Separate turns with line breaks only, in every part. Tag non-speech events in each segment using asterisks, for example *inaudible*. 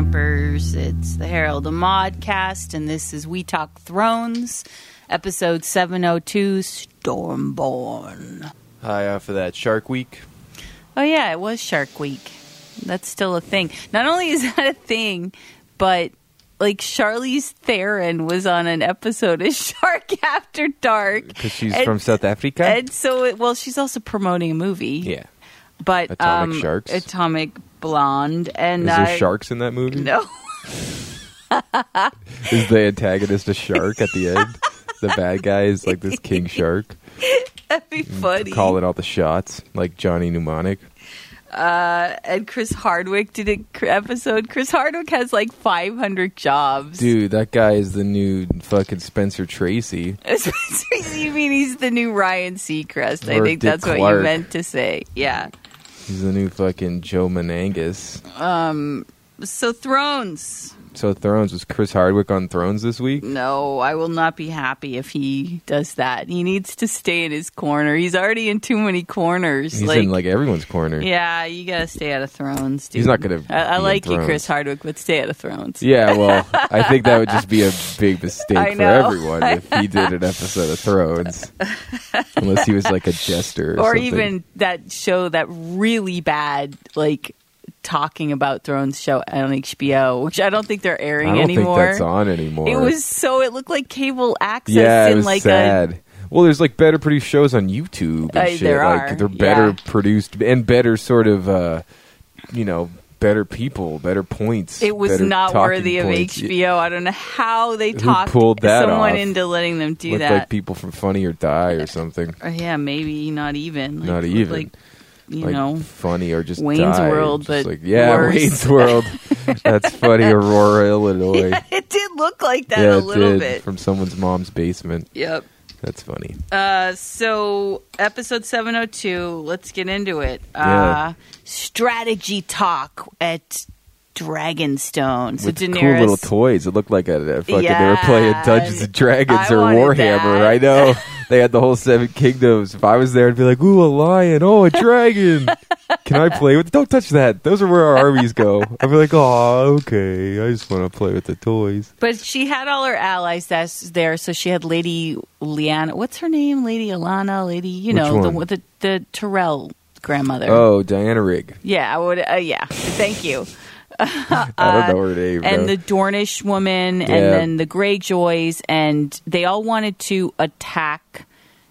listeners. It's the Herald of Modcast, and this is We Talk Thrones, episode 702 Stormborn.
High off of that Shark Week.
Oh, yeah, it was Shark Week. That's still a thing. Not only is *laughs* that a thing, but like Charlize Theron was on an episode of *laughs* Shark After Dark.
Because she's
And-
from South Africa.
And so, it, well, she's also promoting a movie.
yeah.
But
Atomic
um,
Sharks?
Atomic Blonde. And
Is there
I- *laughs*
sharks in that movie?
No.
Is the antagonist a shark at the end? the bad guy is like this king shark
That'd be
Mm,
funny.
calling all the shots, like Johnny Mnemonic.
and Chris Hardwick did an episode. Chris Hardwick has like 500 jobs. *laughs*
Dude, that guy is the new fucking Spencer Tracy.
you mean he's the new Ryan Seacrest? I
Or
think
Dick
that's what you
Clark.
meant to say. Yeah.
He's the new fucking Joe Menangus.
So Thrones.
So Thrones was Chris Hardwick on Thrones this week.
No, I will not be happy if he does that. He needs to stay in his corner. He's already in too many corners.
He's in like everyone's corner.
yeah, you gotta stay out of Thrones, dude.
He's not gonna
I, I
be in
like you,
Thrones.
Chris Hardwick, but stay out of Thrones.
Yeah, well, I think that would just be a big
*laughs* I
mistake for
know.
everyone if he did an episode of Thrones, unless he was like a jester or,
or
something.
even that show that really bad like talking about Thrones show on HBO, which I don't think they're
I
airing
don't
anymore.
think that's on anymore.
It was so it looked like cable access
yeah,
and
it was
like
sad. well, there's like better produced shows on YouTube and
Uh,
shit.
there
like
are,
they're better
yeah.
produced and better sort of, uh, you know, better people, better points.
a it was
better
not
talking
worthy of
points. It
HBO. I don't know how they talked
pulled that
someone
off?
into letting them do
looked
that.
like people from Funny or
*laughs*
Die or something.
Or, yeah, maybe not even. Like,
Not even.
Like you
like
know,
funny or just
Wayne's
die,
World,
just
but
like, yeah,
worse.
Wayne's
*laughs*
World. That's funny, Aurora, Illinois.
it did look like that
yeah,
a
it
little
did,
bit.
from someone's mom's basement.
yep.
That's funny.
Uh, so episode 702 let's get into it
Yeah.
uh strategy talk at dragonstone so
With
daenerys
cool little toys. It looked like a, a fucking they were playing
Yeah,
Dungeons and Dragons
I
or
wanted
Warhammer.
that. *laughs*
I know they had the whole Seven Kingdoms. If I was there, I'd be like, "Ooh, a lion! Oh,
*laughs*
a dragon! Can I play with? Don't touch that. Those are where our armies go." I'd be like, "Oh, okay. I just want to play with the toys."
but she had all her allies that's there so she had lady liana what's her name lady alana lady you
Which
know the
one?
one- the the tyrell grandmother
Oh, Diana Rigg.
yeah i would uh, yeah thank you
I don't know her name. bro.
Uh, and the Dornish woman, and
Yeah.
then the Greyjoys, and they all wanted to attack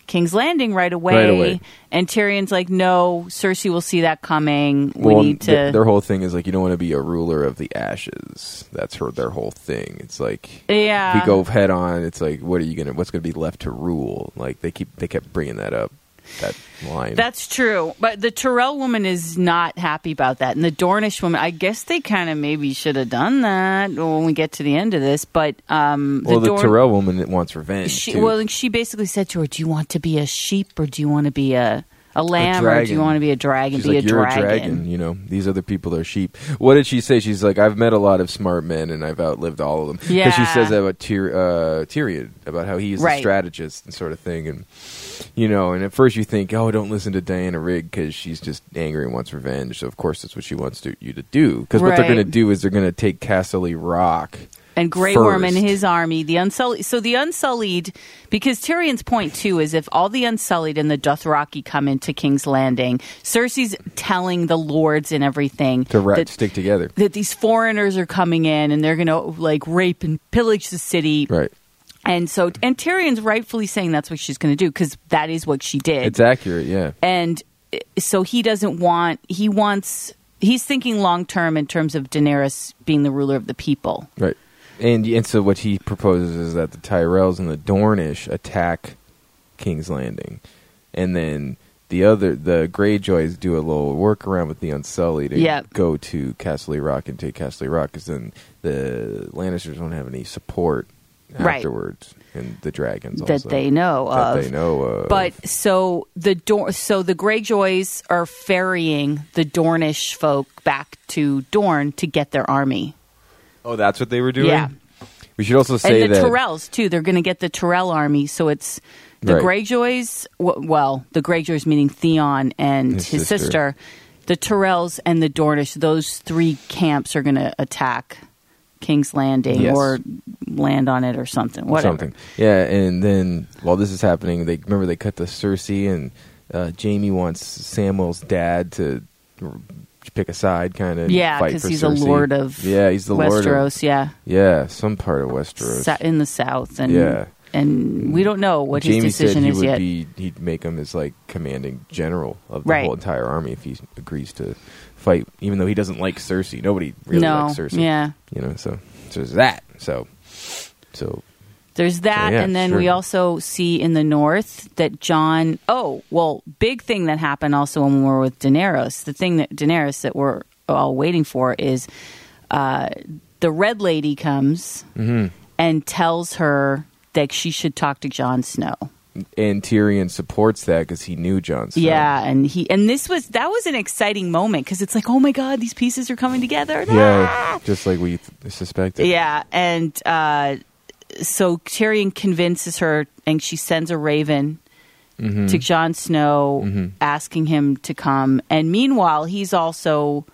King's Landing right away.
Right away.
And Tyrion's like, "No, Cersei will see that coming. We
well,
need to."
th- their whole thing is like you don't want to be a ruler of the ashes. That's her their whole thing. It's like
yeah,
if we go head on. It's like what are you gonna? What's gonna be left to rule? Like they keep they kept bringing that up. That line.
That's true. But the Tyrell woman is not happy about that. And the Dornish woman, I guess they kind of maybe should have done that when we get to the end of this. But um,
well, the,
Dorn-
Tyrell woman that wants revenge.
She,
too.
well, and she basically said to her, "Do you want to be a sheep, or do you want to be a a lamb, or do you
dragon.
want to be a dragon?
She's
be
like,
a,
you're
dragon.
a dragon. You know, these other people are sheep. What did she say? She's like, I've met a lot of smart men and I've outlived all of them. Because she
Yeah.
says that about Tyr- uh, Tyrion, about how he's
Right.
a strategist and sort of thing. And, you know, and at first you think, oh, don't listen to Diana Rigg because she's just angry and wants revenge. So, of course, that's what she wants to, you to do. Because what they're
Right.
going to do is they're going to take Castle Rock.
And Grey
first.
Worm and his army, the Unsullied. So the Unsullied, because Tyrion's point too is if all the Unsullied and the Dothraki come into King's Landing, Cersei's telling the lords and everything
To ra-
that,
stick together.
that these foreigners are coming in and they're going to like rape and pillage the city.
Right.
And so, and Tyrion's rightfully saying that's what she's going to do because that is what she did.
It's accurate, yeah.
and uh, so he doesn't want he wants he's thinking long term in terms of Daenerys being the ruler of the people.
Right. And and so what he proposes is that the Tyrells and the Dornish attack King's Landing, and then the other the Greyjoys do a little workaround with the Unsullied and
Yep.
go to Castle Rock and take Castle Rock because then the Lannisters don't have any support
Right.
afterwards, and the dragons
That
also,
they know
that
of.
they know of.
But so the Dor- so the Greyjoys are ferrying the Dornish folk back to Dorne to get their army.
oh, that's what they were doing.
Yeah.
We should also say
and the
that
Tyrells too. They're going to get the Tyrell army. So it's the
Right.
Greyjoys. w- Well, the Greyjoys meaning Theon and his,
His
sister.
sister.
The Tyrells and the Dornish. Those three camps are going to attack King's Landing
Yes.
or land on it or something. Whatever.
something. Yeah, and then while this is happening, they remember they cut the Cersei and uh, Jamie wants Samuel's dad to r- pick a side, kind of.
Yeah,
because
because he's a lord of
yeah, he's the
Westeros.
lord of
yeah,
yeah, some part of Westeros.
Sa- in the south, and
Yeah.
and we don't know what
Jamie
his decision
said he
is
would
yet.
be he'd make him as like commanding general of the
Right.
whole entire army if he agrees to fight, even though he doesn't like Cersei. Nobody really
no,
likes Cersei.
yeah.
you know. So so there's that. So so
There's that,
yeah,
and then we
sure.
also see in the north that John. Oh, well, big thing that happened also when we were with Daenerys. The thing that Daenerys that we're all waiting for is uh, the Red Lady comes
Mm-hmm.
and tells her that she should talk to Jon Snow.
and Tyrion supports that because he knew Jon Snow.
Yeah, and he and this was that was an exciting moment because it's like, oh my god, these pieces are coming together.
Yeah, just like we th- suspected.
Ah! Yeah, and uh, so Tyrion convinces her, and she sends a raven
Mm-hmm.
to Jon Snow, asking him to come. And meanwhile, he's also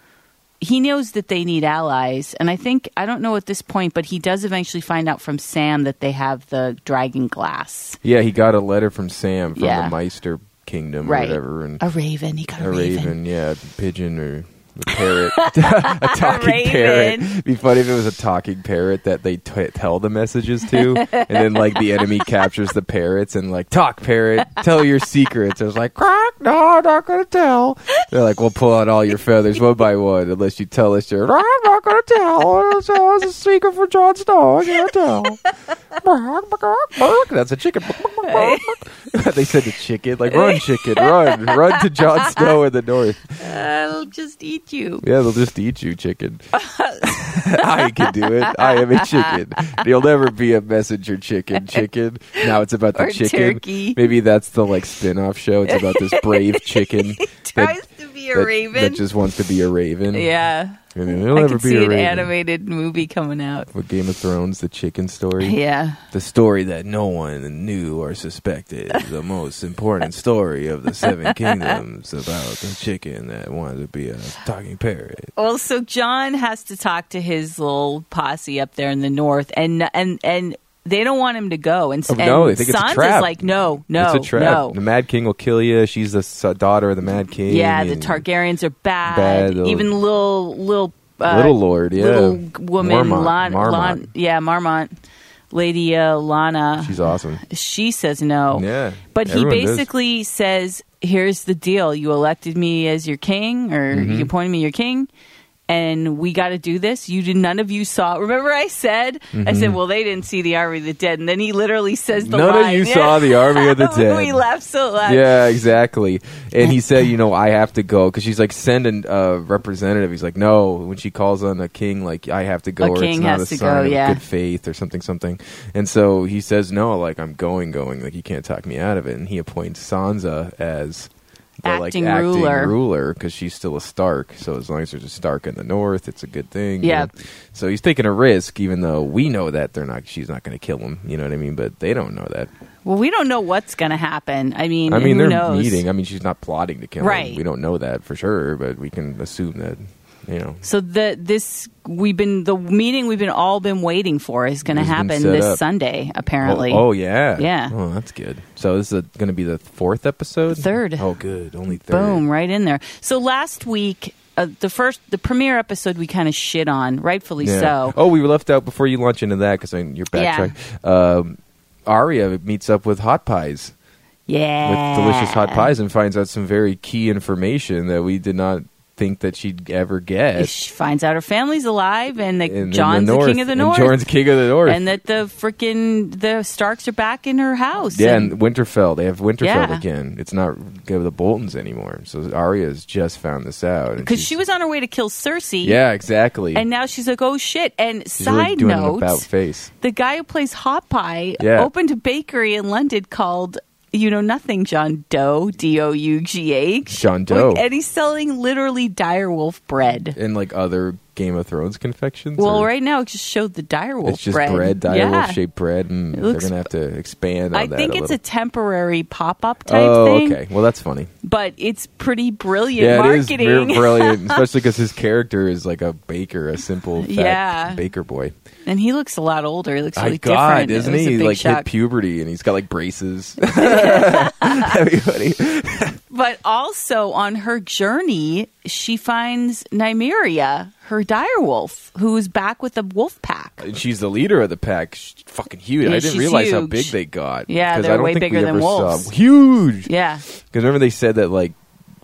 he knows that they need allies, and I think I don't know at this point, but he does eventually find out from Sam that they have the dragon glass,
Yeah, he got a letter from Sam from
Yeah.
the Meister Kingdom or
right?
whatever, and
a raven. He got a,
a
raven.
raven, yeah, pigeon or a parrot, a talking parrot.
Raven.
It'd be funny if it was a talking parrot that they t- tell the messages to, and then like the enemy captures the parrots and like talk parrot, tell your secrets. It was like crack, no, I'm not gonna tell. They're like, we'll pull out all your feathers one by one unless you tell us your. I'm not gonna tell. *laughs* It's it's a secret for Jon Snow. I can't tell. *laughs* That's a chicken. they said to chicken, like run, chicken, run, run to Jon Snow in the north.
I'll just eat
*laughs*
you.
Yeah, they'll just eat you, chicken. *laughs* I can do it. I am a chicken. You'll never be a messenger chicken, chicken. Now it's about the
Or
chicken.
turkey.
Maybe that's the like spin-off show. It's about this brave
*laughs*
chicken
Tries to be a
that,
raven.
that just wants to be a raven.
yeah,
And then it'll
I
never
can
be
see
a
an
raven.
animated movie coming out.
With Game of Thrones, the chicken story.
Yeah.
The story that no one knew or suspected.
*laughs*
the most important story of the Seven Kingdoms about the chicken that wanted to be a talking parrot.
Well, so John has to talk to his little posse up there in the north, and and and they don't want him to go. And,
Oh,
and
no, they think it's a
Sansa's
trap.
like, no, no,
it's a trap.
no.
The Mad King will kill you. She's the s- daughter of the Mad King.
Yeah, the
and
Targaryens are bad.
Bad, uh,
Even little little uh,
little lord. Yeah,
little woman,
Mormont,
Lon,
Marmont.
Lon- yeah, Marmont, Lady uh, Lana.
She's awesome.
she says no.
Yeah,
Oh. But he
everyone does.
basically says, "Here's the deal: you elected me as your king, or
Mm-hmm.
you appointed me your king, and we got to do this. You did. None of you saw. Remember, I said, I said, well, they didn't see the army of the dead, and then he literally says the
Mm-hmm. None
line.
of you
*laughs*
saw the army of the dead.
we laughed so loud.
Yeah, exactly. And he
*laughs*
said, you know, I have to go because she's like, send a uh, representative. He's like, no. When she calls on a king, like, I have to go.
A
or
king
it's not
has
a
to
sign
go,
of
yeah.
good faith or something, something. And so he says, no, like I'm going, going. Like you can't talk me out of it. And he appoints Sansa as. The,
Acting
like, acting
ruler.
ruler because she's still a Stark. So as long as there's a Stark in the North, it's a good thing. you
Yeah.
know? So he's taking a risk, even though we know that they're not. She's not going to kill him. You know what I mean? But they don't know that.
Well, we don't know what's going to happen. I mean,
I mean,
who
they're
knows?
meeting. I mean, she's not plotting to kill
Right.
him. We don't know that for sure, but we can assume that, you know.
So the this we've been the meeting we've been all been waiting for is going to
Has been
happen
set
this
up.
Sunday apparently.
Oh, oh, yeah.
Yeah.
Oh, that's good. So this is going to be the fourth episode?
Third.
Oh, good. Only third.
Boom, right in there. So last week, uh, the first, the premiere episode, we kind of shit on, rightfully
Yeah.
so.
Oh, we were left out before you launch into that because you're
Yeah.
backtracked. Um, Aria meets up with Hot Pies,
yeah,
with delicious Hot Pies, and finds out some very key information that we did not think that she'd ever get.
She finds out her family's alive and that
in- in
John's the,
north,
king of the
and
north,
John's king of the north.
and that the freaking the Starks are back in her house.
Yeah,
and-
and Winterfell. They have Winterfell
Yeah.
again. It's not go the Boltons anymore. So Arya's just found this out and
because
she's-
she was on her way to kill Cersei.
Yeah, exactly.
and now she's like, oh shit. And
she's
side
really doing
note,
an about face.
the guy who plays Hot Pie
Yeah.
opened a bakery in London called You Know Nothing John Doe, D O U G H.
John Doe.
And he's selling literally direwolf bread.
and like other Game of Thrones confections?
Well,
or-
right now it just showed the direwolf
It's just
bread.
bread,
yeah.
direwolf shaped bread, and
It
they're
looks-
gonna have to expand on
I
that.
think
a
it's
little.
a temporary pop-up type
oh,
thing,
okay. Well, that's funny.
but it's pretty brilliant
Yeah, it is
marketing. *laughs*
very brilliant, especially because his character is like a baker, a simple, fat
Yeah.
baker boy.
and he looks a lot older. He looks
My
really
God,
different. It
isn't
was a
he
big
like
shock.
hit puberty and he's got
*laughs*
like braces? *laughs* That'd be funny.
But also on her journey, she finds Nymeria, her direwolf, who is back with the wolf pack.
And she's the leader of the pack. She's fucking huge.
Yeah,
I didn't
she's
realize how
huge.
big they got.
Yeah,
'Cause
they're
I don't
way
think
bigger
we
than
ever
wolves.
Saw. Huge.
Yeah.
Because remember they said that like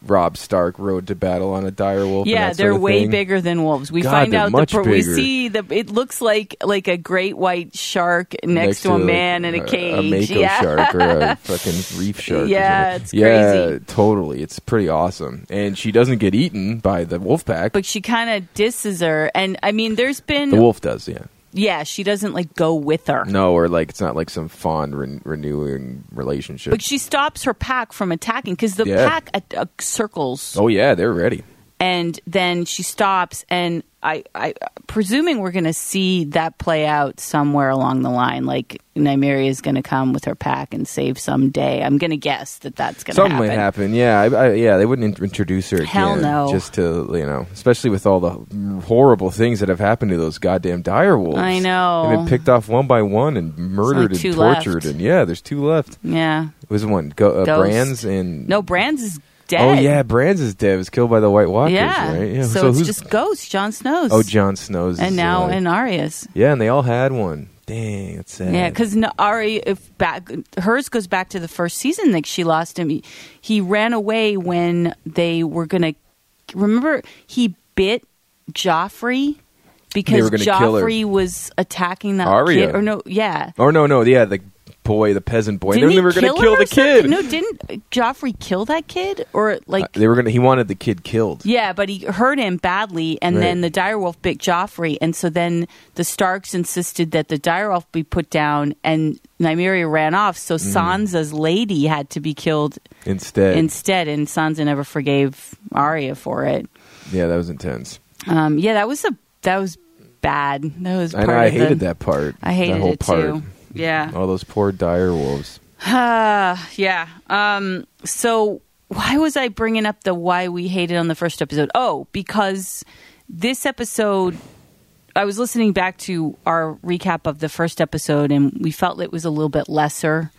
Rob Stark rode to battle on a dire wolf. and
Yeah,
that sort
they're
of
way
thing?
bigger than wolves. We
God,
find
they're
out
much
the we
bigger.
see the it looks like like a great white shark next, to, a
like,
man in a
uh, a
cage.
mako
yeah.
shark
*laughs*
or a fucking reef shark. or
Yeah,
something.
it's
yeah,
crazy.
totally. It's pretty awesome, and she doesn't get eaten by the wolf pack.
But she kind of disses her, and I mean, there's been
the wolf does, yeah.
yeah, she doesn't like go with her,
No, or like it's not like some fond ren- renewing relationship.
but she stops her pack from attacking because the
Yeah.
pack at, uh, circles,
oh yeah, they're ready.
and then she stops, and I, I presuming we're gonna see that play out somewhere along the line, like Nymeria is gonna come with her pack and save someday. I'm gonna guess that that's gonna
Something
happen.
might happen. Yeah, I, I, yeah. They wouldn't in- introduce her. Again,
Hell no.
Just to you know, especially with all the horrible things that have happened to those goddamn dire wolves.
I know.
They've been picked off one by one and murdered
two
and tortured,
left.
and yeah, there's two left.
Yeah,
It was one Go, uh,
Ghost.
Brands and
no, Brands is dead.
Oh yeah, Brands is dead. Was killed by the White Walkers,
yeah.
right? Yeah.
So, it's
who's
just ghosts, Jon Snow's.
oh Jon Snow's is
and now
alive.
in Arya's.
yeah, and they all had one. Dang, that's sad.
Yeah, because Ari, if back hers goes back to the first season that she lost him. He, he ran away when they were gonna. Remember, he bit Joffrey
They
because
were gonna kill her.
Joffrey was attacking that
Arya.
kid. Or no, yeah.
or no, no, yeah, the boy, the peasant boy.
Didn't
they
he
were
kill
going
her
to kill
or
the
something?
kid.
No, didn't Joffrey kill that kid? Or like,
Uh, they were going to. He wanted the kid killed.
Yeah, but he hurt him badly, and
Right.
then the direwolf bit Joffrey, and so then the Starks insisted that the direwolf be put down, and Nymeria ran off. So
Mm-hmm.
Sansa's lady had to be killed
Instead,
instead, and Sansa never forgave Arya for it.
yeah, that was intense.
Um, yeah, that was a that was bad. That was
I
part
know. I
of the-
hated that part.
I hated
that whole
it
part.
too. Yeah,
All those poor dire wolves.
Uh, yeah. Um, so why was I bringing up the why we hated on the first episode? Oh, because this episode, I was listening back to our recap of the first episode, and we felt it was a little bit lesser.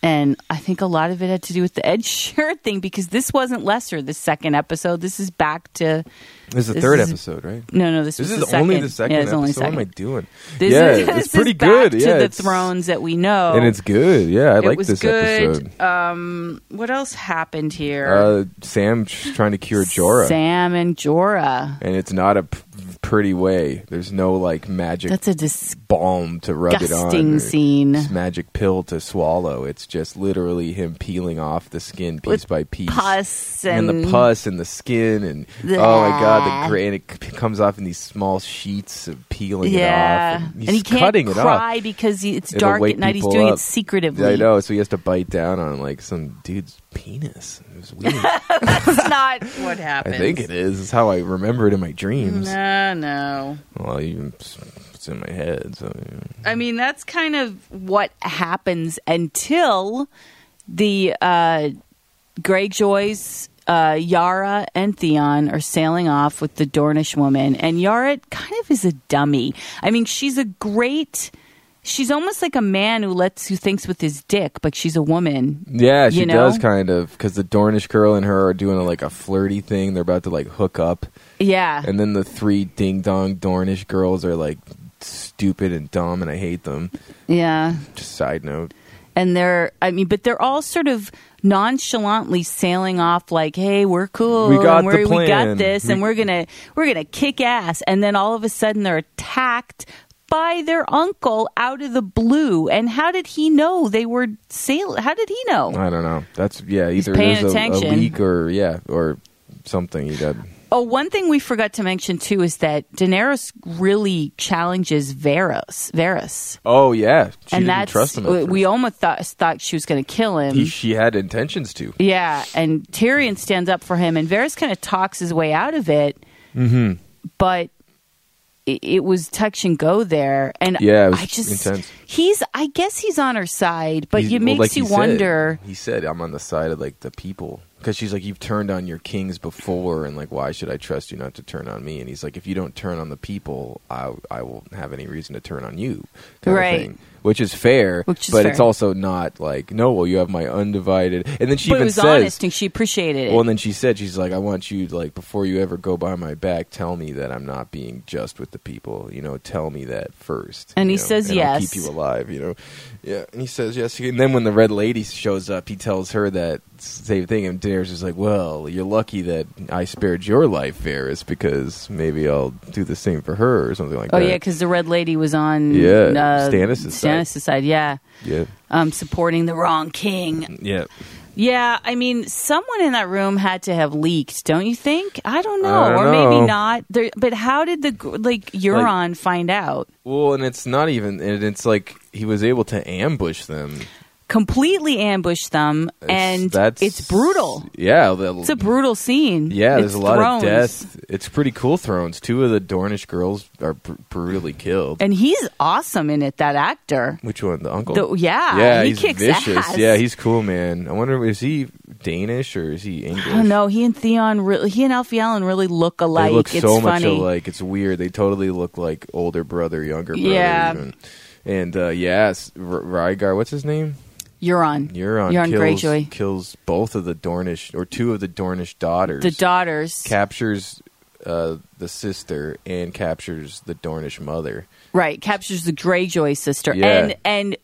And I think a lot of it had to do with the Ed *laughs* Sheeran thing because this wasn't lesser. The second episode, this is back to
This is the
This
third
is-
episode, right?
no, no. This,
This
was
is
the second.
only the second
Yeah, it's only
episode.
second.
What am I doing?
This
yeah,
is, *laughs*
it's
this
pretty
is
good.
Back
yeah,
to the
it's-
thrones that we know,
and it's good. Yeah, I
it
like
was
this
good.
episode.
Um, what else happened here?
Uh, Sam sh- trying to cure Jorah,
Sam and Jorah.
and it's not a p- pretty way. There's no like magic
That's a dis-
balm to rub it on,
disgusting
or
scene.
this magic pill to swallow. It's just literally him peeling off the skin piece
With
by piece,
pus
and,
and,
the pus and the skin, and oh my god, the gray, and it c- comes off in these small sheets of peeling
Yeah,
it off. he's
he can't
cutting it off.
cry because he, it's
It'll
dark
wake
at night. He's
people
doing
up.
it secretively.
I know, so he has to bite down on like some dude's penis. It
*laughs*
was weird.
That's not what
*laughs* I
happens.
think it is. It's how I remember it in my dreams.
No, no.
Well, even it's in my head. So you know.
I mean, that's kind of what happens until the uh, Greg Joyce, uh, Yara, and Theon are sailing off with the Dornish woman. And Yara kind of is a dummy. I mean, she's a great. She's almost like a man who lets who thinks with his dick, but she's a woman.
yeah, she
You know?
does kind of because the Dornish girl and her are doing like a flirty thing. They're about to like hook up,
Yeah,
and then the three ding dong Dornish girls are like stupid and dumb, and I hate them.
yeah.
Just side note.
and they're I mean, but they're all sort of nonchalantly sailing off like, "Hey, we're cool,
We got
and we're,
the
we got
plan.
this, and
We-
we're gonna we're gonna kick ass." And then all of a sudden, they're attacked by their uncle out of the blue. And how did he know they were sail? How did he know?
I don't know. That's yeah. Either
paying
there's a, a
attention.
leak or yeah or something. You got
Oh, one thing we forgot to mention too is that Daenerys really challenges Varys. Varys.
oh yeah.
and
She didn't
that's
trust him. at
we-
first.
we almost thought thought she was going to kill him.
He- she had intentions to.
Yeah, and
Mm-hmm.
Tyrion stands up for him, and Varys kind of talks his way out of it. But it, it was touch and go there, and
Yeah, it was
I just
intense.
he's I guess he's on her side, but
He's-
it
well,
makes
like he
you
said,
wonder.
he said, "I'm on the side of like the people," because she's like, "You've turned on your kings before, and like, why should I trust you not to turn on me?" And he's like, "If you don't turn on the people, I I won't have any reason to turn on you." kind of
Right.
thing. Which is fair,
Which is
but
fair.
it's also not like, no, well, you have my undivided. And then she
But it
even
was
says,
honest, and she appreciated it.
Well, and then she said, she's like, I want you, like, before you ever go by my back, tell me that I'm not being just with the people. You know, tell me that first.
And
you
he
know,
says
and I'll
yes.
keep you alive, you know. Yeah, and he says yes. And then when the red lady shows up, he tells her that same thing. And Daenerys is like, well, you're lucky that I spared your life, Varys, because maybe I'll do the same for her or something like
oh
that.
yeah, because the red lady was on
Yeah,
uh,
Stannis' side.
Stannis' side, yeah,
yeah.
um, supporting the wrong king.
Yeah.
Yeah, I mean, someone in that room had to have leaked, don't you think? I don't know,
I don't
or
know.
maybe not. There, but how did the gr- like Euron find out?
Well, and it's not even, and it's like he was able to ambush them.
Completely ambush them, and
that's,
it's brutal.
Yeah, the-
It's a brutal scene.
Yeah,
It's
there's a lot
thrones.
of death. It's pretty cool. Thrones. Two of the Dornish girls are br- brutally killed.
and he's awesome in it. That actor,
Which one? The uncle.
The- yeah,
yeah,
he
he's
kicks
vicious.
ass.
Yeah, he's cool, man. I wonder is he Danish or is he English?
I don't know. He and Theon, really, he and Alfie Allen really look
They
alike.
look
it's
so much
funny.
alike. It's weird. They totally look like older brother, younger brother.
Yeah.
even. And uh, yes, R- Rygar. What's his name?
Euron,
Euron,
Euron
kills,
Greyjoy,
kills both of the Dornish or two of the Dornish daughters.
the daughters,
captures uh, the sister and captures the Dornish mother.
right? Captures the Greyjoy sister,
Yeah.
and and.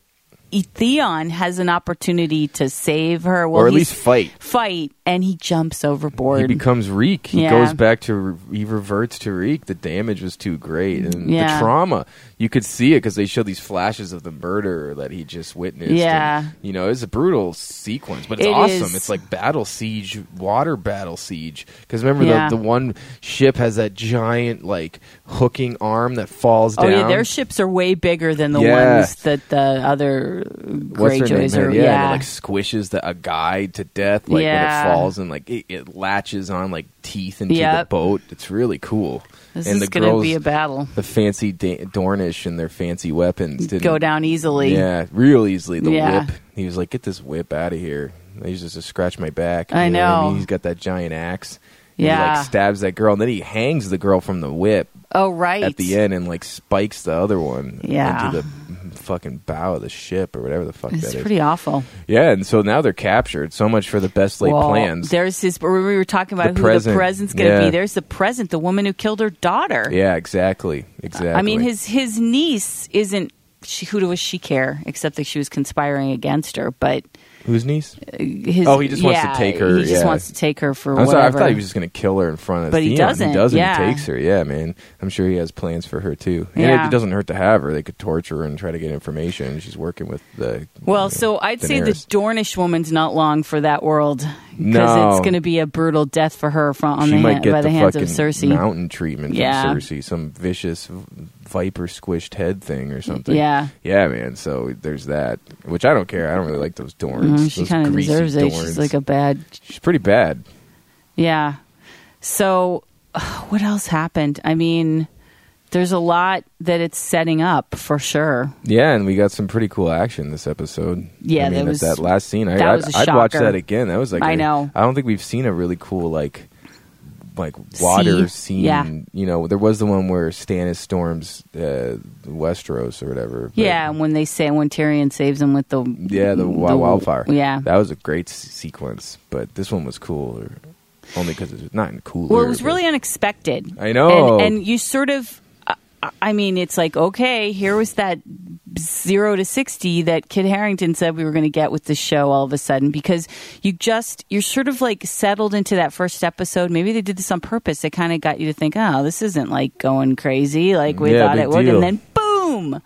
E- Theon has an opportunity to save her, well,
or at
he's-
least fight.
fight, and he jumps overboard.
He becomes Reek. He
Yeah.
goes back to he reverts to Reek. The damage was too great, and
Yeah.
the trauma you could see it because they show these flashes of the murder that he just witnessed.
Yeah.
and, you know it's a brutal sequence, but it's
It
awesome.
is.
It's like battle siege, water battle siege. Because remember
Yeah.
the the one ship has that giant like hooking arm that falls
oh
down.
yeah, their ships are way bigger than the
Yeah.
ones that the other
What's her name?
Greyjoys
man?
are.
yeah,
Yeah,
And it, like squishes the, a guy to death. Like
Yeah.
when it falls and like it, it latches on like teeth into
Yep.
the boat. It's really cool.
this
and
is
the
going to
girls,
be a battle.
the fancy da- Dornish and their fancy weapons didn't
Go down easily.
Yeah, real easily. The
Yeah.
whip. He was like, "Get this whip out of here." He used this to scratch my back.
I
You what
know.
mean? He's got that giant axe. And He
Yeah.
like stabs that girl, and then he hangs the girl from the whip
Oh right.
at the end, and like spikes the other one
Yeah.
into the fucking bow of the ship or whatever the fuck that
It's
is.
pretty awful.
Yeah, and so now they're captured. So much for the best laid
Well,
plans.
There's this. We were talking about
The
who
present.
the present's going to
Yeah.
be. There's the present, the woman who killed her daughter.
Yeah, exactly, exactly.
I mean, his his niece isn't. She, who does she care? Except that she was conspiring against her. But
whose niece?
his
Oh, he just wants to
yeah,
take her,
He just
yeah.
wants to take her for
I'm
whatever.
sorry, I thought he was just going to kill her in front of.
But he
Theon.
doesn't,
He doesn't.
yeah.
He takes her. Yeah, man. I'm sure he has plans for her too. And
Yeah.
it, doesn't hurt to have her. They could torture her and try to get information. She's working with the.
Well, so I'd say the
Daenerys.
Dornish woman's not long for that world because
No.
it's going to be a brutal death for her from on
she
the
might
hand,
get
by the,
the,
hands of
fucking
Cersei.
mountain treatment
Yeah.
from Cersei, some vicious v- viper squished head thing or something.
Yeah.
yeah, man. So there's that, which I don't care. I don't really like those dorns.
Mm, she
those
kind of
greasy
deserves it. She's
dorns.
like a bad,
She's pretty bad.
yeah. So, uh, what else happened? I mean, there's a lot that it's setting up for sure.
Yeah, and we got some pretty cool action this episode.
Yeah,
I mean,
that
at
was-
that last scene. I,
that
I'd,
was a
I'd watch
shocker.
that again. That was like
I
a-
know.
I don't think we've seen a really cool like like water
Sea.
scene.
Yeah.
You know, there was the one where Stannis storms uh, Westeros or whatever. but-
yeah, and when they say when Tyrion saves him with the
yeah, the, wi- wildfire.
Yeah,
that was a great s- sequence, but this one was cooler only because it's not in cooler.
Well, it was
but-
really unexpected.
I know.
And, and you sort of, I- I mean, it's like, okay, here was that zero to 60 that Kid Harrington said we were going to get with the show all of a sudden because you just, you're sort of like settled into that first episode. Maybe they did this on purpose. It kind of got you to think, oh, this isn't like going crazy like we
Yeah,
thought
big
it would.
deal.
And then boom,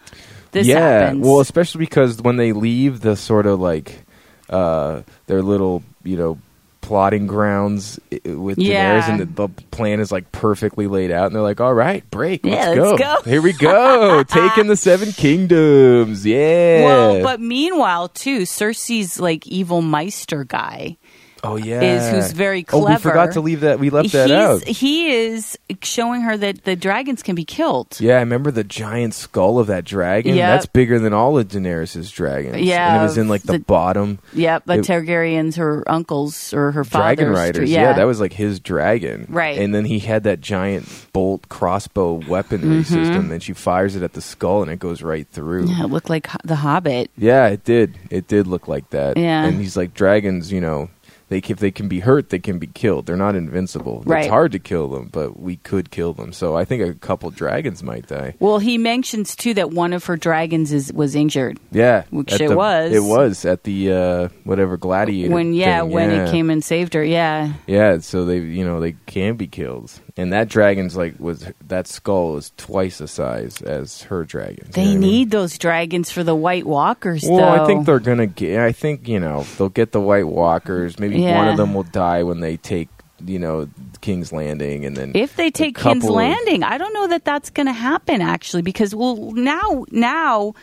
this
yeah,
happens.
well, especially because when they leave the sort of like uh, their little, you know, plotting grounds i- i- with
Yeah.
Daenerys, and the, the plan is like perfectly laid out, and they're like, "All right, break,
Yeah,
let's,
let's
go.
go."
here
*laughs*
we go, taking the Seven Kingdoms, yeah."
Well, but meanwhile, too, Cersei's like evil Meister guy
Oh yeah,
is who's very clever.
Oh, we forgot to leave that. We left that
He's-
out.
He is showing her that the dragons can be killed.
Yeah, I remember the giant skull of that dragon.
Yep.
That's bigger than all of Daenerys' dragons.
Yeah,
and it was in like the,
the-
bottom
Yep, the
It-
Targaryens, her uncles or her father's.
dragon riders. Yeah. that was like his dragon.
Right.
and then he had that giant bolt crossbow
Mm-hmm.
weaponry system, and she fires it at the skull, and it goes right through.
Yeah, it looked like Ho- the Hobbit.
Yeah, it did. It did look like that.
Yeah.
And he's like, dragons, you know, they if they can be hurt, they can be killed. They're not invincible.
Right.
It's hard to kill them, but we could kill them. So I think a couple dragons might die.
Well, he mentions too that one of her dragons is was injured
Yeah,
Which
at
it
the-
was.
It was at the uh, whatever gladiator
when yeah
thing,
when it
yeah.
came and saved her. Yeah,
Yeah, so they you know they can be killed, and that dragon's like was that skull is twice the size as her dragon. You know what
they
I mean?
need those dragons for the White Walkers.
Well,
though.
I think they're gonna get. I think you know they'll get the White Walkers. Maybe one
Yeah.
of them will die when they take you know King's Landing, and then
If they
a
take King's
couple of-
Landing, I don't know that that's going to happen actually, because well now now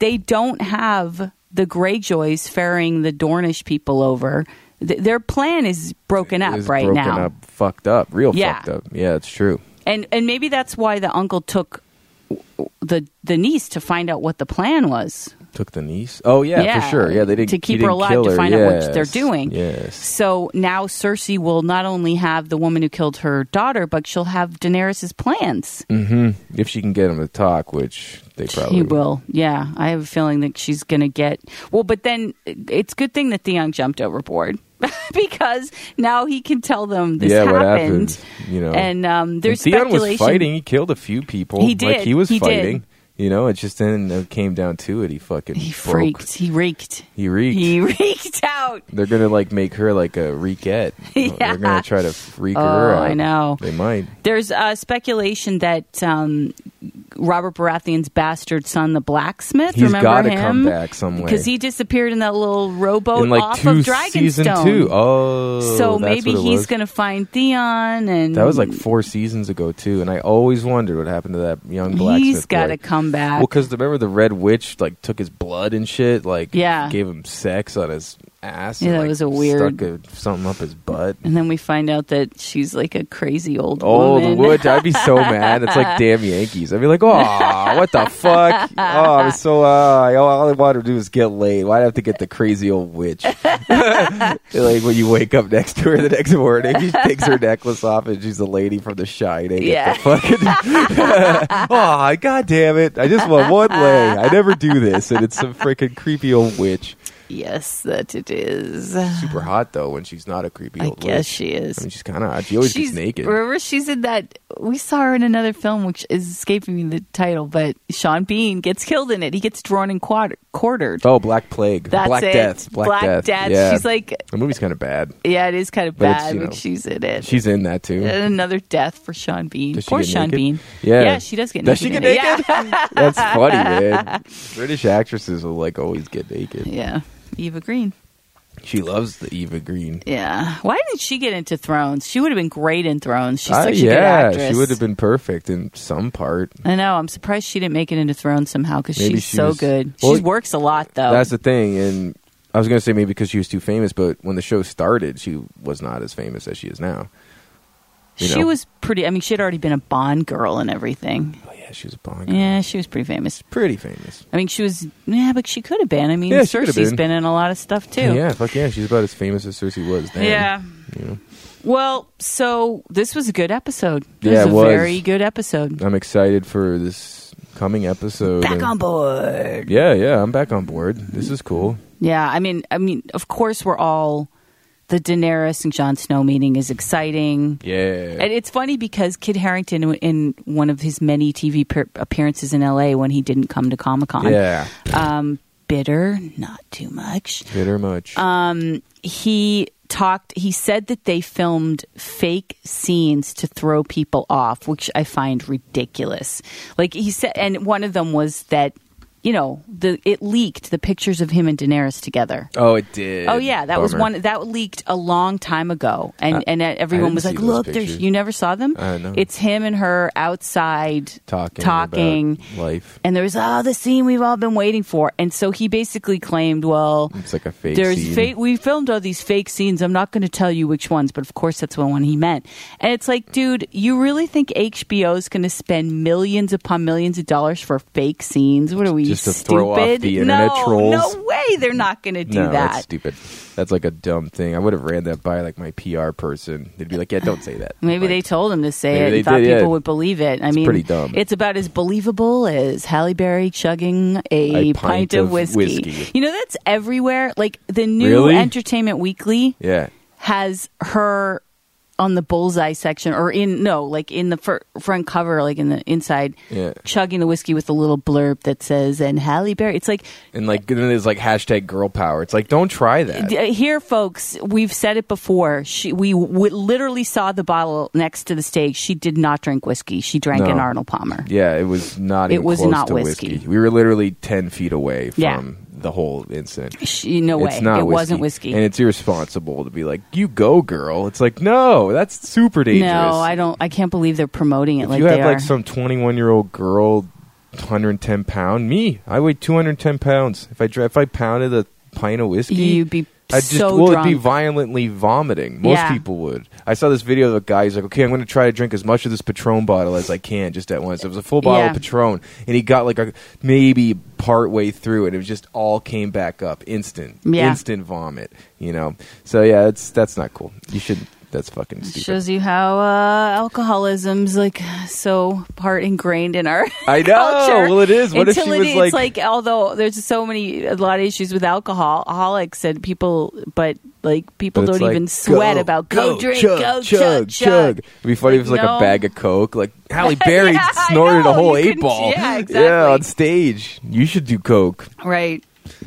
they don't have the Greyjoys ferrying the Dornish people over. Th- their plan is broken up
is
right
broken
now,
up, fucked up, real
Yeah.
fucked up. Yeah, it's true.
and and maybe that's why the uncle took the the niece to find out what the plan was.
Took the niece. Oh yeah, for sure. Yeah, they didn't
to
he
keep her
didn't
alive
kill
to find out what they're
Yes.
doing.
Yes.
So now Cersei will not only have the woman who killed her daughter, but she'll have Daenerys' plans.
Mm-hmm. If she can get him to talk, which they probably
He will. Yeah, I have a feeling that she's going to get well. But then it's good thing that Theon jumped overboard *laughs* because now he can tell them this
yeah,
happened.
what happened? You know,
And um, there's
And Theon
speculation.
was fighting. He killed a few people.
He did.
Like, he was
He did.
fighting. You know, it just then it came down to it. He fucking
He
broke.
freaked. He reeked.
He reeked.
He *laughs* reeked out.
They're gonna like make her like a reekette.
*laughs* Yeah.
They're gonna try to freak
Oh,
her out.
I know.
They might.
There's uh, speculation that um, Robert Baratheon's bastard son, the blacksmith,
He's
remember
gotta
him?
come back some way.
because he disappeared in that little rowboat
in like
Oh, off
two
of
season
Dragonstone.
two. Oh,
so
that's
maybe
what it
he's
was.
going to find Theon, and
That was like four seasons ago too, and I always wondered what happened to that young blacksmith.
he's got
boy.
to come back.
Well, because remember the Red Witch like took his blood and shit, like
Yeah.
gave him sex on his ass.
Yeah,
and,
that
like,
was a weird-
stuck a, something up his butt.
and then we find out that she's like a crazy old
Oh,
woman.
the witch! I'd be so mad.
*laughs*
It's like damn Yankees. I'd be like, oh, what the fuck? Oh, I was so. Uh, I- all I wanted to do was get laid. Why'd I have to get the crazy old witch? *laughs* like when you wake up next to her the next morning, she takes her necklace off and she's a lady from the Shining.
Yeah.
Yeah. *laughs* oh, god damn it! I just want one lay. I never do this, and it's some freaking creepy old witch.
*laughs* yes, that it is.
Super hot though when she's not a creepy
I
old
guess
witch.
she is.
I mean, she's kind of. She always
she's
gets naked.
Remember, she's in that. We saw her in another film, which is escaping me the title, but Sean Bean gets killed in it. He gets drawn and quad- quartered.
Oh, Black Plague.
That's
Black
it.
Death. Black, Death. Yeah.
She's like,
the movie's kind of bad.
yeah, it is kind of
But it's,
bad,
you
but
know,
she's in it.
She's in that too.
And another death for Sean Bean.
Does she
Uh, Poor
get
Sean
naked?
Bean.
Yeah.
she does get
Does she
naked.
get
in it. Yeah.
That's
*laughs*
funny, man. British actresses will like always get *laughs* naked.
yeah. Eva Green.
She loves the Eva Green.
Yeah. Why didn't she get into Thrones? She would have been great in Thrones. She's
Ah,
such a good
yeah,
actress.
she would have been perfect in some part.
I know. I'm surprised she didn't make it into Thrones somehow because
Maybe
she's
she
so
was-
good.
Well,
she works a lot though.
That's the thing. And I was going to say maybe because she was too famous, but when the show started, she was not as famous as she is now. you
she
know.
was pretty. I mean, she had already been a Bond girl and everything.
Oh yeah, she was a Bond. girl.
Yeah, she was pretty famous.
pretty famous.
I mean, she was. Yeah, but she could have been. I mean,
Yeah, she could
Cersei's
have
been.
been.
in a lot of stuff too.
Yeah, fuck yeah, she's about as famous as Cersei was then.
Yeah.
you know.
Well, so this was a good episode. This
Yeah, it
was a
was.
very good episode.
I'm excited for this coming episode.
Back
and-
on board.
Yeah, yeah, I'm back on board. This is cool.
Yeah, I mean, I mean, of course, we're all the Daenerys and Jon Snow meeting is exciting.
Yeah.
And it's funny because Kid Harrington, in one of his many TV per- appearances in LA when he didn't come to Comic Con,
yeah.
um, bitter, not too much.
Bitter much.
Uh, he talked he said that they filmed fake scenes to throw people off which i find ridiculous like he said and one of them was that you know, the it leaked the pictures of him and Daenerys together.
Oh, it did.
Oh yeah, that was
Bummer.
one that leaked a long time ago, and
I-
and
I
everyone
didn't
was
see
like,
those
"Look, there's
pictures.
you never saw them."
I know.
It's him and her outside
talking
talking,
about life.
and there was oh the scene we've all been waiting for, and so he basically claimed, "Well,
It's like a fake.
there's
scene.
fake. We filmed all these fake scenes. I'm not going to tell you which ones, but of course that's the one he meant." And it's like, dude, you really think HBO is going to spend millions upon millions of dollars for fake scenes? What are we
Just to
stupid?
throw off the internet
no,
trolls?
No way, they're not going to do
no,
that.
that's stupid. That's like a dumb thing. I would have ran that by like my PR person. They'd be like, "Yeah, don't say that."
*laughs* Maybe they
Like,
told him to say
Maybe
it
they
and thought
did, yeah.
people would believe it. I mean,
pretty dumb.
it's about as believable as Halle Berry chugging a,
A pint of
whiskey.
whiskey.
You know, that's everywhere. Like the new
Really?
Entertainment Weekly
Yeah.
has her on the bullseye section or in no like in the fir- front cover like in the inside
Yeah.
chugging the whiskey with a little blurb that says and halle berry it's like
And like then there's like hashtag girl power. It's like don't try that.
D- uh, Here, folks, we've said it before. She, we, we literally saw the bottle next to the stage. She did not drink whiskey. She drank
No.
an Arnold Palmer.
Yeah, it was not.
It
even
was
close
not
to
whiskey.
We were literally ten feet away from
Yeah.
the whole incident.
She, no way.
It's not.
it
whiskey.
wasn't whiskey.
and it's irresponsible to be like, "You go, girl." It's like, no, that's super dangerous.
no, I don't. I can't believe they're promoting it
If
like
you
they
had
are.
like some 21 year old girl, 110 pound. Me, I weigh 210 pounds. If I dra- if I pounded a pint of whiskey,
You'd be
I'd just
so
well,
drunk.
it'd be violently vomiting. Most
Yeah.
people would. I saw this video of a guy. He's like, "Okay, I'm going to try to drink as much of this Patron bottle as I can, just at once." It was a full bottle
Yeah.
of Patron, and he got like a maybe part way through it. It was just all came back up, instant,
Yeah.
instant vomit. You know, so yeah, that's that's not cool. You should. That's fucking stupid.
Shows you how uh, alcoholism's like so part ingrained in our *laughs*
I know.
culture.
Well, it is. What if
Until
she
it-
was
it's
like-
although there's so many a lot of issues with alcohol, alcoholics and people, but like people
But it's
don't
like,
even sweat
go,
about go, drink,
chug,
go
chug, chug. It'd be funny if it was like
no.
a bag of
*laughs*
coke. Like Halle Berry
Yeah, I
snorted
know.
a whole
You
eight
couldn't-
ball.
yeah,
Yeah,
exactly.
on stage. You should do coke.
Right.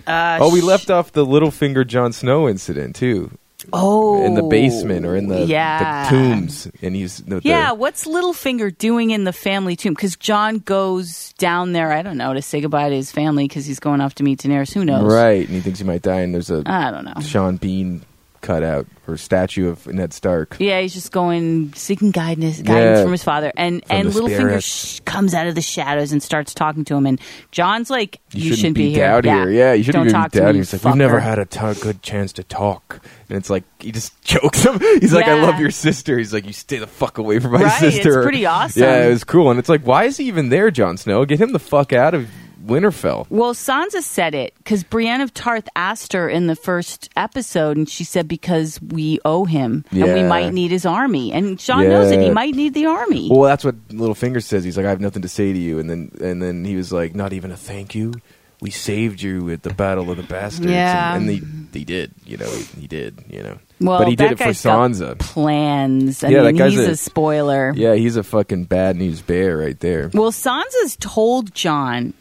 Uh,
Oh, we
sh-
left off the Littlefinger Jon Snow incident too,
Oh,
in the basement or in the, the
yeah.
tombs, and he's the, the-
Yeah, what's Littlefinger doing in the family tomb? Because John goes down there, I don't know, to say goodbye to his family because he's going off to meet Daenerys. Who knows? Uh,
right, and he thinks he might die, and there's a
I don't know.
Sean Bean cutout or statue of Ned Stark.
Yeah, he's just going seeking guidance, guidance
Yeah.
from his father, and
From
and
the
Littlefinger
spirit.
sh- comes out of the shadows and starts talking to him, and John's like, "You, shouldn't, be, here.
down here. Yeah, you
Don't
shouldn't be
talk
down
to
here.
me.
He's like, we've never
fucker."
had a t- good chance to talk. And it's like, he just *laughs* chokes him. He's like, I
Yeah.
love your sister. He's like, you stay the fuck away from my
Right, it's
sister.
pretty awesome.
Yeah, it was cool. And it's like, why is he even there, Jon Snow? Get him the fuck out of Winterfell.
Well, Sansa said it because Brienne of Tarth asked her in the first episode, and she said because we owe him and we
Yeah.
might need his army, and John knows it. He
Yeah.
might need the army.
Well, that's what Littlefinger says. He's like, I have nothing to say to you. And then, and then he was like, not even a thank you. We saved you at the Battle of the Bastards.
Yeah.
And, and they, they did. You know, he, he did, you know.
Well,
but he
that
did it for
guy's got
Sansa.
Plans. I
Yeah, that
mean,
guy's
he's
a-
a spoiler.
Yeah, he's a fucking bad news bear right there.
Well, Sansa's told John,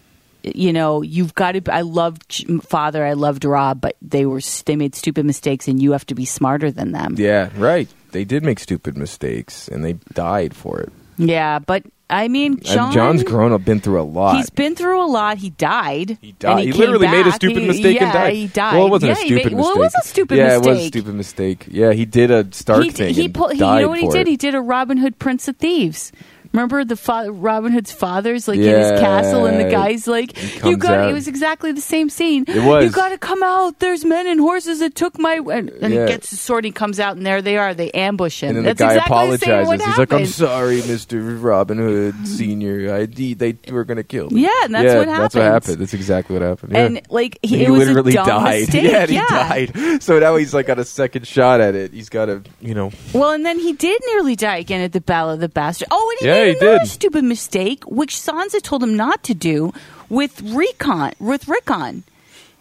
you know, you've got to. I loved J- father, I loved Rob, but they were they made stupid mistakes, and you have to be smarter than them.
Yeah, right. They did make stupid mistakes, and they died for it.
Yeah, but I mean,
And
John.
John's grown up, been through a lot.
He's been through a lot. He died.
he
and
died. He,
came
literally made a
back.
stupid
He-
mistake
yeah,
and died.
He died.
Well, it wasn't
yeah,
a
he
stupid
made- Well,
mistake.
it was a stupid
yeah,
mistake.
it was a stupid mistake. Yeah, he did a Stark
He,
thing.
d- he,
and
pull- he- you
died
know what he
for
did?
it.
He did a Robin Hood Prince of Thieves. Remember the fa- Robin Hood's father's like in his castle, and the
Yeah.
guy's like, "You
comes
got
out.
it." was exactly the same scene.
It was.
You got to come out. There's men and horses that took my. And, and
Yeah.
he gets his sword. He comes out, and there they are. They ambush him.
And then
That's
the guy
exactly The same
apologizes.
what
He's like, "I'm
happened.
sorry, Mister Robin Hood Senior. I d- they were gonna kill me."
Yeah, and that's what
That's what
happened.
happened. That's exactly what happened. Yeah.
And like he,
And he
it was
literally
a dumb
died. *laughs*
mistake.
Yeah, and he died. So now he's like got a second shot at it. He's got a you know
Well, and then he did nearly die again at the Battle of the Bastards. Oh, and he
Yeah,
made
he
another
did.
stupid mistake, which Sansa told him not to do with Recon, with Rickon.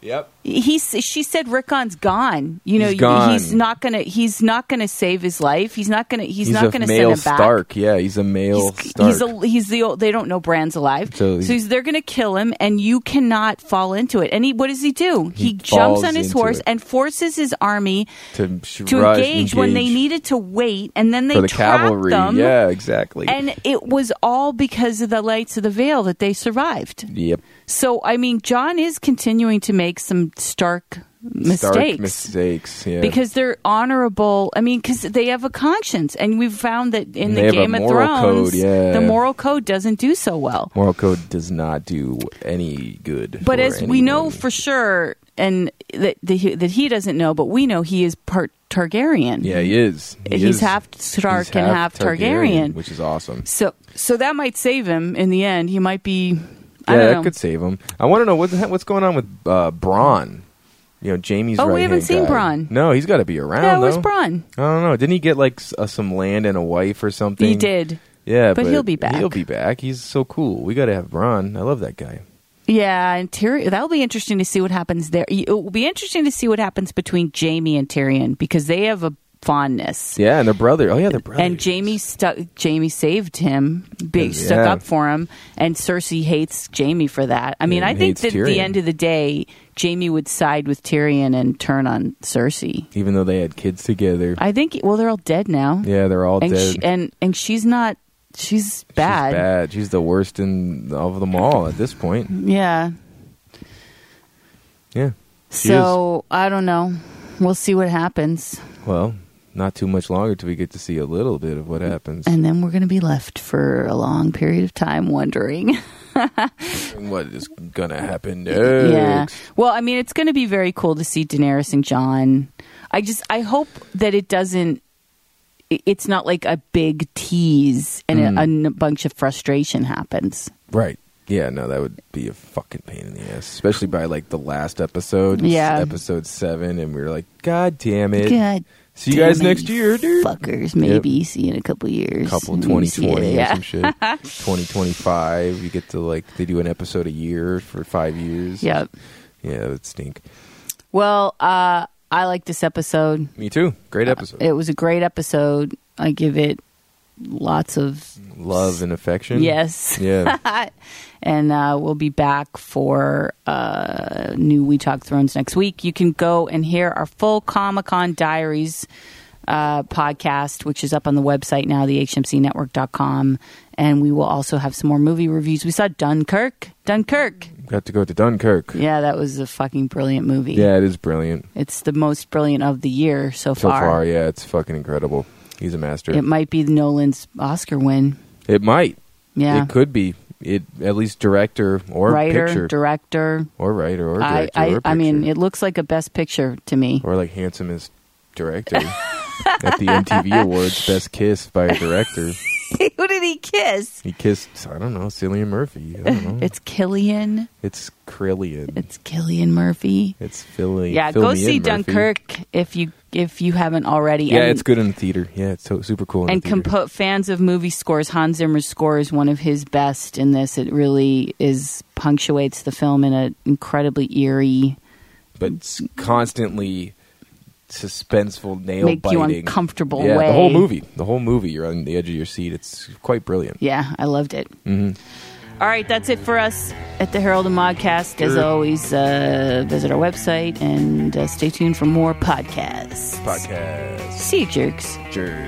Yep.
he's she said Rickon's gone. You know,
He's gone.
he's not gonna he's not gonna save his life. He's not gonna he's, not
a
gonna
male
send him back.
Stark. Yeah, he's a male
He's,
Stark.
he's a he's the old, they don't know Bran's alive,
So
so,
he-
he's, they're gonna kill him, and you cannot fall into it. And he, what does he do? He,
falls
jumps on his
into
horse
it.
and forces his army
to,
to
rush,
engage when they
engage
needed to wait, and then they
for the
trapped
cavalry.
them.
Yeah, exactly.
And it was all because of the lights of the veil that they survived.
yep.
So I mean, John is continuing to make some stark
Stark
mistakes
mistakes. Yeah.
because they're honorable. I mean, because they have a conscience, and we've found that in
They
the
have a
Game of
moral
Thrones,
code, yeah.
the moral code doesn't do so well.
moral code does not do any good.
But
for
as we know
anyone.
for sure, and that that he, that he doesn't know, but we know he is part Targaryen.
yeah, he is. He
he's
is.
half Stark
He's
and half, Targaryen.
which is awesome.
so, so that might save him in the end. He might be. I
yeah,
don't
that
know.
could save him. I want to know what's what's going on with uh, Braun. You know, Jamie's.
Oh, we haven't
right-hand
seen
guy.
Bronn.
No, he's got to be around.
yeah, it was
though.
Bronn.
I don't know. Didn't he get like s- uh, some land and a wife or something?
He did.
Yeah,
But he'll be back.
He'll be back. He's so cool. We got to have Braun. I love that guy.
Yeah, and Tyrion. That'll be interesting to see what happens there. It will be interesting to see what happens between Jamie and Tyrion because they have a fondness.
Yeah, and their brother. Oh yeah, their brother.
And Jamie stuck. Jamie saved him. Big
Yeah.
stuck up for him. And Cersei hates Jamie for that. I mean,
And
I think
hates
that at the
Tyrion.
end of the day, Jamie would side with Tyrion and turn on Cersei.
Even though they had kids together.
I think. Well, they're all dead now.
yeah, they're all
and
dead.
she, and and she's not. She's bad.
She's bad. She's the worst in of them all at this point.
Yeah.
Yeah. She
So I don't know. We'll see what happens.
Well, not too much longer till we get to see a little bit of what happens.
And then we're going to be left for a long period of time wondering. *laughs*
what is gonna happen
yeah.
next?
Well, I mean, it's going to be very cool to see Daenerys and John. I just, I hope that it doesn't, i- it's not like a big tease and
Hmm.
a- a, n- bunch of frustration happens.
Right. Yeah, no, that would be a fucking pain in the ass, especially by like the last episode,
Yeah.
episode seven, and we were like, God damn it!
God.
See you guys
damn it,
next
you
year, dude.
Fuckers, maybe see you in a couple years.
Couple
Maybe
twenty
see you-
twenty or
Yeah. *laughs*
some shit, twenty twenty five. You get to like they do an episode a year for five years.
Yep.
yeah, that would stink.
Well, uh, I like this episode.
Me too. Great episode.
Uh, It was a great episode. I give it lots of
Love and affection.
yes.
Mm-hmm. *laughs* Yeah.
*laughs* and uh, we'll be back for uh, new We Talk Thrones next week. You can go and hear our full Comic Con Diaries uh, podcast, which is up on the website now, thehmcnetwork.com. And we will also have some more movie reviews. We saw Dunkirk. Dunkirk.
Got to go
*laughs*
to Dunkirk.
Yeah, that was a fucking brilliant movie.
Yeah, it is brilliant.
It's the most brilliant of the year so,
So far, yeah, it's fucking incredible. He's a master.
It might be Nolan's Oscar win.
It might.
Yeah.
It could be. It at least director or
Writer,
picture
director.
or writer or
I,
director or
I,
picture.
I mean, it looks like a best picture to me.
or like handsomest director at the MTV Awards, best kiss by a director.
*laughs* Who did he kiss?
He kissed I don't know Cillian Murphy. I
*laughs*
don't know.
It's Killian.
It's Krillian.
It's Killian Murphy.
It's Philly.
Yeah,
Fill
go
me in,
see
Murphy.
Dunkirk if you if you haven't already.
Yeah,
and,
it's good in the theater. Yeah, it's so, super cool. In
And
the theater.
compo- fans of movie scores, Hans Zimmer's score is one of his best in this. It really is punctuates the film in an incredibly eerie,
but it's constantly suspenseful, nail
make
biting,
you uncomfortable
Yeah,
way.
the whole movie, the whole movie, you're on the edge of your seat. It's quite brilliant.
Yeah, I loved it.
Mm-hmm.
All right, that's it for us at the Herald and Modcast. As
Sure.
always, uh, visit our website and uh, stay tuned for more podcasts.
Podcast.
See you, jerks.
Jerk.